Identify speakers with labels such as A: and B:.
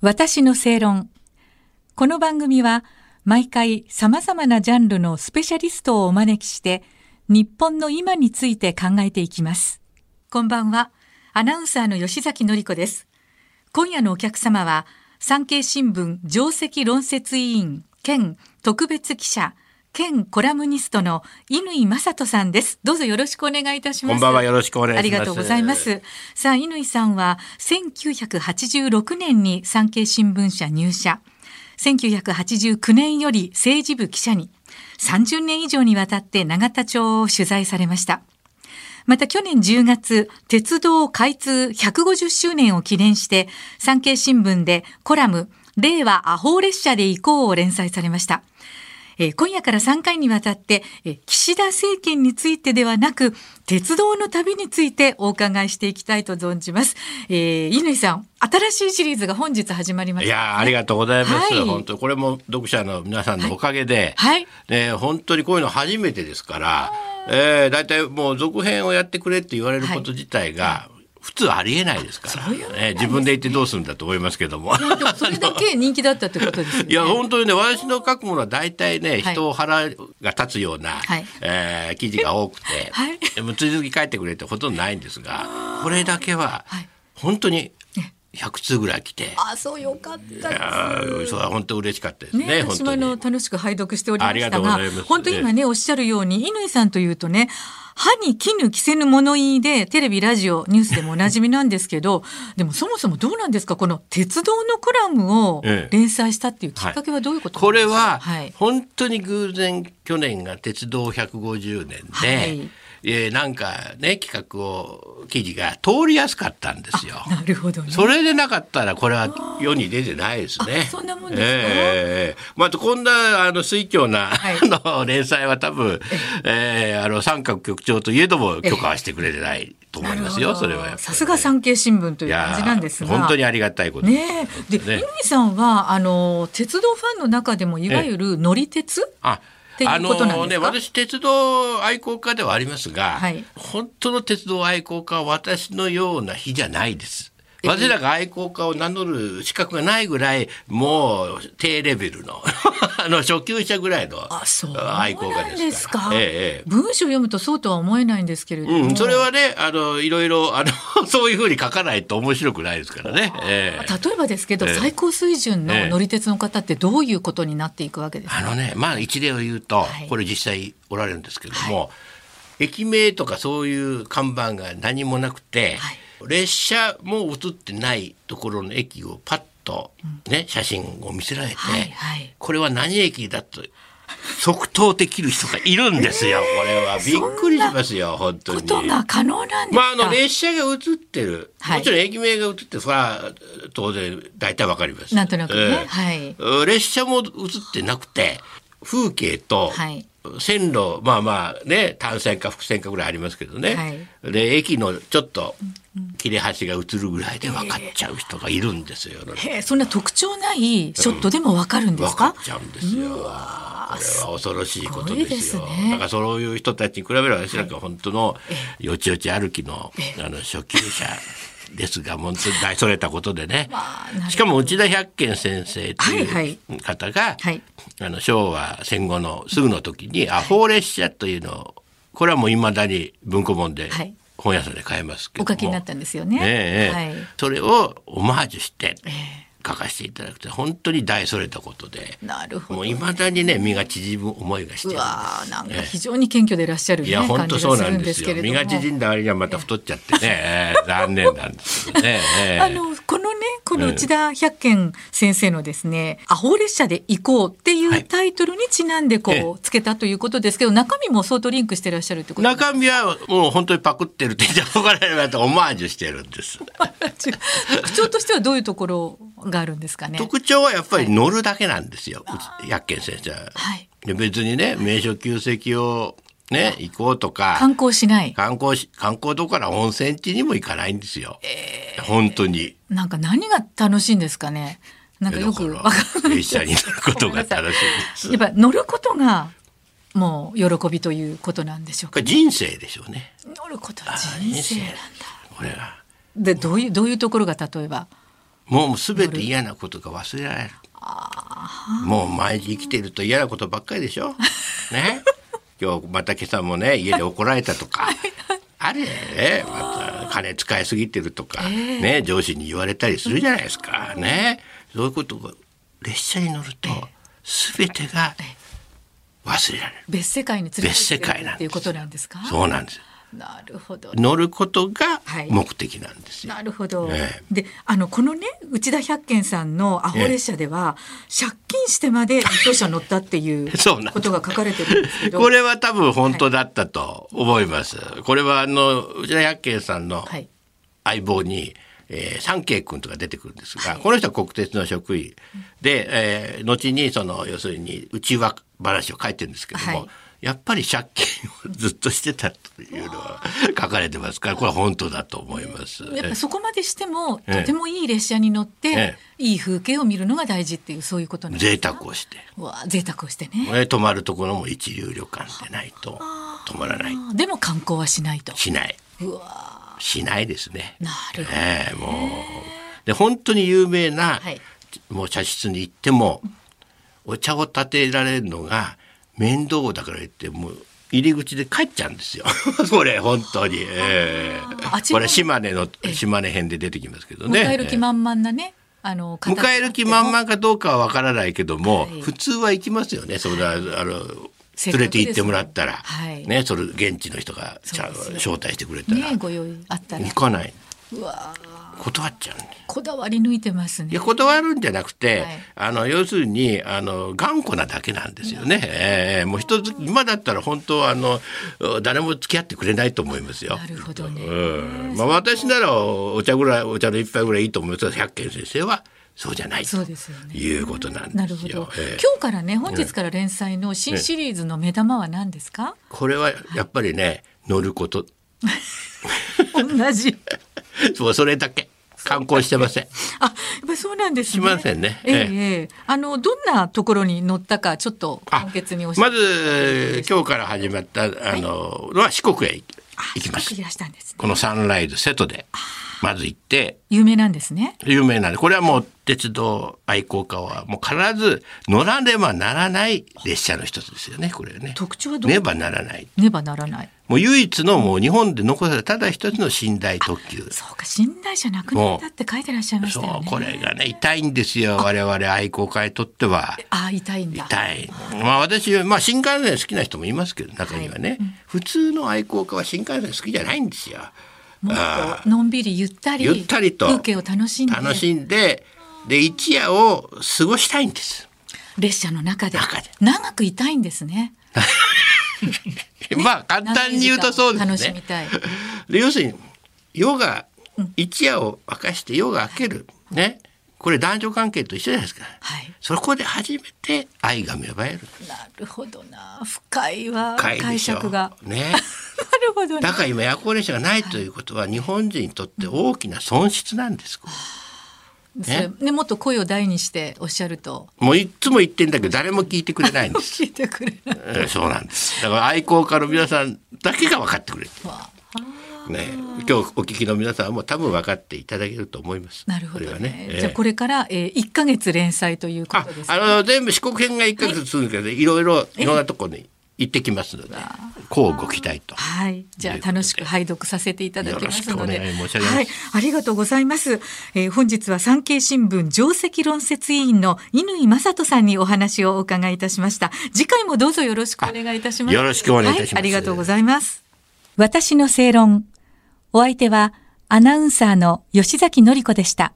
A: 私の正論。この番組は毎回様々なジャンルのスペシャリストをお招きして日本の今について考えていきます。こんばんは。アナウンサーの吉崎のり子です。今夜のお客様は産経新聞上席論説委員兼特別記者兼コラムニストの乾正人さんです。どうぞよろしくお願いいたします。
B: こんばんは、よろしくお願いします。
A: ありがとうございます。。さあ、乾さんは1986年に産経新聞社入社。1989年より政治部記者に30年以上にわたって永田町を取材されました。また去年10月、鉄道開通150周年を記念して、産経新聞でコラム、令和アホー列車で行こうを連載されました。えー今夜から3回にわたって、えー岸田政権についてではなく、鉄道の旅についてお伺いしていきたいと存じます。えー、乾さん、新しいシリーズが本日始まりま
B: い
A: す。
B: やーありがとうございます。
A: はい
B: 本当これも読者の皆さんのおかげで、
A: はい
B: ね本当にこういうの初めてですから、えー、だいたいもう続編をやってくれって言われること自体が普通ありえないですから、ね自分で言ってどうするんだと思いますけども。
A: でもそれだけ人気だったってことですよね。
B: いや本当にね私の書くものは大体ね、
A: はい
B: 人を腹が立つような、
A: はい
B: えー記事が多くて、
A: はい
B: でも追続き書いてくれってほとんどないんですがこれだけは
A: はい
B: 本当に100通ぐらい来て、
A: あ、そうよかったです。
B: あーそれは本当嬉しかったですね
A: ね
B: 本
A: 私も
B: 当
A: あ
B: に
A: の。楽しく拝読しておりま
B: あり
A: し
B: が
A: た
B: とうご
A: が
B: ざいます
A: 本当に今ねおっしゃるように乾さんというとね歯に衣着せぬ物言いでテレビラジオニュースでもおなじみなんですけどでもそもそもどうなんですかこの鉄道のコラムを
B: ええ
A: 連載したっていうきっかけはどういうことな
B: これ
A: んですか、
B: は
A: はい
B: 本当に偶然去年が鉄道150年で、
A: はい
B: えーなんかね企画を記事が通りやすかったんですよ。
A: なるほどね
B: それでなかったらこれは世に出てないですね。
A: あそんなもんですか
B: ええええまあ、こんなあの水郷
A: い
B: な、あの連載は多分、ええあの三角局長といえども許可はしてくれてないと思いますよ。それはやっぱりね
A: さすが産経新聞とい
B: いう
A: 感
B: や
A: じなんですが
B: 本当にありがたいことです
A: ねえで
B: ね
A: 乾さんはあの鉄道ファンの中でもいわゆる乗り鉄、
B: あ
A: ていうことなんですか
B: あのね、私、鉄道愛好家ではありますが、
A: はい
B: 本当の鉄道愛好家は私のような日じゃないです。私らが愛好家を名乗る資格がないぐらい、もう低レベルの、 あの初級者ぐらいの
A: あそう
B: 愛好家ですから。
A: なんですか、
B: ええええ
A: 文章を読むとそうとは思えないんですけれども、
B: うん、それはね、あの、いろいろ、あの、 そういうふうに書かないと面白くないですからね。ええ
A: 例えばですけど、
B: ええ
A: 最高水準の
B: ええ
A: 乗り鉄の方ってどういうことになっていくわけですか、
B: あのね、まあ一例を言うと、
A: はい
B: これ実際おられるんですけども、駅名とかそういう看板が何もなくて、
A: はい
B: 列車も映ってないところの駅をパッとね、写真を見せられて、
A: はいはい
B: これは何駅だと即答できる人がいるんで すよ。これはびっくりしますよ、本当
A: こ
B: に。
A: とが可能なんです
B: まあ、
A: か、
B: あの列車が映ってる、
A: はい
B: もちろん駅名が映ってるそれは当然大体わかります
A: なんとなくね
B: ええ
A: はい
B: うん列車も映ってなくて風景と
A: はい
B: 線路、まあまあね単線か複線かぐらいありますけどね、
A: は
B: で駅のちょっと切れ端が映るぐらいで分かっちゃう人がいるんですよ、
A: へえそんな特徴ないショットでもわかるんです
B: 分
A: か、
B: かっちゃうんですよ。これは恐ろしいことです
A: す
B: よ。
A: ごいですね
B: だからそういう人たちに比べれば私なんか本当のよちよち歩きのあの初級者ですが、本当に大それたことでね
A: まあなるほ。ど
B: しかも内田百軒先生と
A: はい
B: いう方が
A: はい、
B: あの昭和戦後のすぐの時にアホ列車というのを、これはもう未だに文庫本で
A: はい
B: 本屋さんで買えますけど
A: お
B: も。
A: 書きになったんですよね
B: ええ
A: はい、
B: それをオマージュして
A: え
B: 書かせていただくと本当に大それたことで
A: えなるほ
B: も
A: ど
B: ういまだにね身が縮む思いがして
A: う
B: るん
A: わーなんか
B: ええ
A: 非常に謙虚でいらっしゃる、ね、
B: いや
A: 感
B: 本当
A: じ
B: そ
A: が
B: う
A: す
B: な
A: る
B: ん
A: ん
B: で
A: ですすけ
B: よ
A: れど
B: 身
A: も
B: が縮んだ割にはまた太っちゃって ね、ええ残念なんですけどね、ええ
A: あのこのねこの内田百軒先生のですね「アホ列車で行こう」ってい
B: は
A: う
B: い
A: タイトルにちなんでこう、
B: ええ
A: つけたということですけど中身も相当リンクしてらっしゃるってこと
B: 中身はもう本当にパクってるって言って怒られればとオマージュしてるんです
A: 特徴としてはどういうところがあるんですかね。
B: 特徴はやっぱり乗るだけなんですよ、百軒先生は、
A: はい
B: で別にね名所旧跡をね行こうとか
A: 観光しない
B: 観光し観光どころか温泉地にも行かないんですよ、本当に。
A: なんか何が楽しいんですかねなんかよくわかんない
B: 一緒になるこ とが楽しいです。
A: やっぱ乗ることがもう喜びということなんでしょう
B: こ
A: か
B: れ人生でしょうね。
A: 乗ることは人生なんだ
B: これが。
A: でどういうどういうところが例えば
B: もう全て嫌なことが忘れられる。もう毎日生きてると嫌なことばっかりでし ょ。ね。今日また今朝もね家で怒られたとか。あれね、また金使いすぎてるとか、ね、上司に言われたりするじゃないですか。ね。そういうことが列車に乗ると全てが忘れられる。
A: 別世界に連れて行
B: 別世界
A: る
B: な
A: っ
B: んです
A: ていうことなんですか
B: そうなんです。
A: なるほど
B: 乗ることが
A: はい
B: 目的なんですよ。
A: なるほど、
B: え
A: であのこのね内田百軒さんのアホ列車では、借金してまで列車に乗ったっていう
B: そうなんです
A: ことが書かれてるんですけど
B: これは多分本当だったと思います。これはあの内田百景さんの
A: はい
B: 相棒に、えー三慶君とか出てくるんですが、この人は国鉄の職員で、えー後にその要するに内輪話を書いてるんですけども、
A: はい
B: やっぱり借金をずっとしてたというのは書かれてますからこれは本当だと思います。
A: やっぱそこまでしても、
B: ええ
A: とてもいい列車に乗って、
B: え
A: いい風景を見るのが大事っていうそういうことなんです
B: 贅
A: か
B: 沢をして、
A: うわ贅沢をしてね、
B: えー泊まるところも一流旅館でないと泊まらない
A: あーでも観光はしないと
B: しないう
A: わ
B: しないですね。
A: ーなるほど、
B: ええもうで本当に有名な、
A: はい
B: もう茶室に行ってもお茶を立てられるのが面倒だから言ってもう入り口で帰っちゃうんですよ これ本当に、え
A: ああちら
B: えこ
A: の
B: れ島根の島根編で出てきますけどね
A: 迎える気満々なね、あの方
B: 迎える気満々かどうかは分からないけども、
A: はい
B: 普通は行きますよねそれは、あの
A: せっ
B: 連
A: かく
B: れて行ってもらったら、
A: ですもんはい
B: ねそれ現地の人がちゃん
A: そうです
B: 招待してくれたら、
A: ねご用意あったら
B: 行かないう
A: わー
B: 断っちゃうんです
A: こだわり抜いてます
B: い
A: ね
B: や断るんじゃなくて、
A: はい
B: あの要するにあの頑固なだけなんですよね。ええもう一つ今だったら本当はあの誰も付き合ってくれないと思いますよ。
A: なるほどね、
B: うん、まあ私ならお茶ぐらいお茶の一杯ぐらいいいと思いますが百軒先生はそうじゃない
A: そ
B: と
A: うですよね
B: いうことなん
A: な
B: で
A: るほ
B: す
A: ど
B: よ。。ええ
A: 今日からね、本日から連載の新シリーズの目玉は何ですか。
B: これはやっぱりね乗ること
A: 同じ。
B: そうそれだけ観光してません。
A: あ、やっぱりそうなんですね。
B: しませんね
A: ええ
B: ええ
A: ええあの、どんなところに乗ったか、ちょっと
B: あ
A: 簡潔に教えて。
B: まず今日から始まったあの、は四国へ行き行きます
A: い。らしたんですね。
B: このサンライズ瀬戸でまず行って
A: 有名なんですね。
B: 有名なんでこれはもう鉄道愛好家はもう必ず乗らねばならない列車の一つですよねこれはね。
A: 特徴はどう。
B: ねばならない
A: ねばならない。
B: もう唯一のもう日本で残されたただ一つの寝台特急。
A: そうか、信頼者なくなったって書いてらっしゃいまし
B: そ
A: たよ
B: う
A: ね。
B: これがね痛いんですよ我々愛好家にとっては。
A: あ、痛いんだ。
B: 痛いまあ私、まあ、新幹線好きな人もいますけど中にはね、普通の愛好家は新幹線好きじゃないんですよ。
A: もっとのんびりゆったり。
B: ゆったりと
A: 風景を楽しんで。
B: 楽しんでで一夜を過ごしたいんです。
A: 列車の中で
B: 中で
A: 長くいたいんですね。
B: まあ簡単に言うとそうで
A: 楽
B: す
A: しみ
B: ね。
A: たい。
B: で要するに夜が一夜を明かして夜が明ける、ねこれ男女関係と一緒じゃないですか。
A: はい。
B: そこで初めて愛が芽生える
A: なるほどな深いわ
B: 会で
A: 解
B: しょ
A: 釈が
B: ね。
A: なるほどね
B: だから今夜行列車がないということは日本人にとって大きな損失なんです。
A: それねもっと声を大にしておっしゃると
B: もういっつも言ってんだけど誰も聞いてくれないんです。
A: 聞いてくれない
B: えーそうなんです。だから愛好家の皆さんだけが分かってくれる。
A: わ
B: ね、今日お聞きの皆さんはもう多分分かっていただけると思います。
A: なるほど
B: こ
A: ね
B: れはね。
A: じゃあこれから、えー、1か月連載ということです
B: あ、あの全部四国編が一ヶ月続くけど、い、ろいろいろんなところに行ってきますので、こうご期待と。
A: はい、じゃあ
B: ということで
A: 楽しく拝読させていただきますので、
B: よろしくお願い申し上げます
A: はい、ありがとうございます。えー本日は産経新聞上席論説委員の乾正人さんにお話をお伺いいたしました。次回もどうぞよろしくお願いいたします。
B: あよろしくお願いいたします
A: はありがとうございます。私の正論。お相手はアナウンサーの吉崎のり子でした。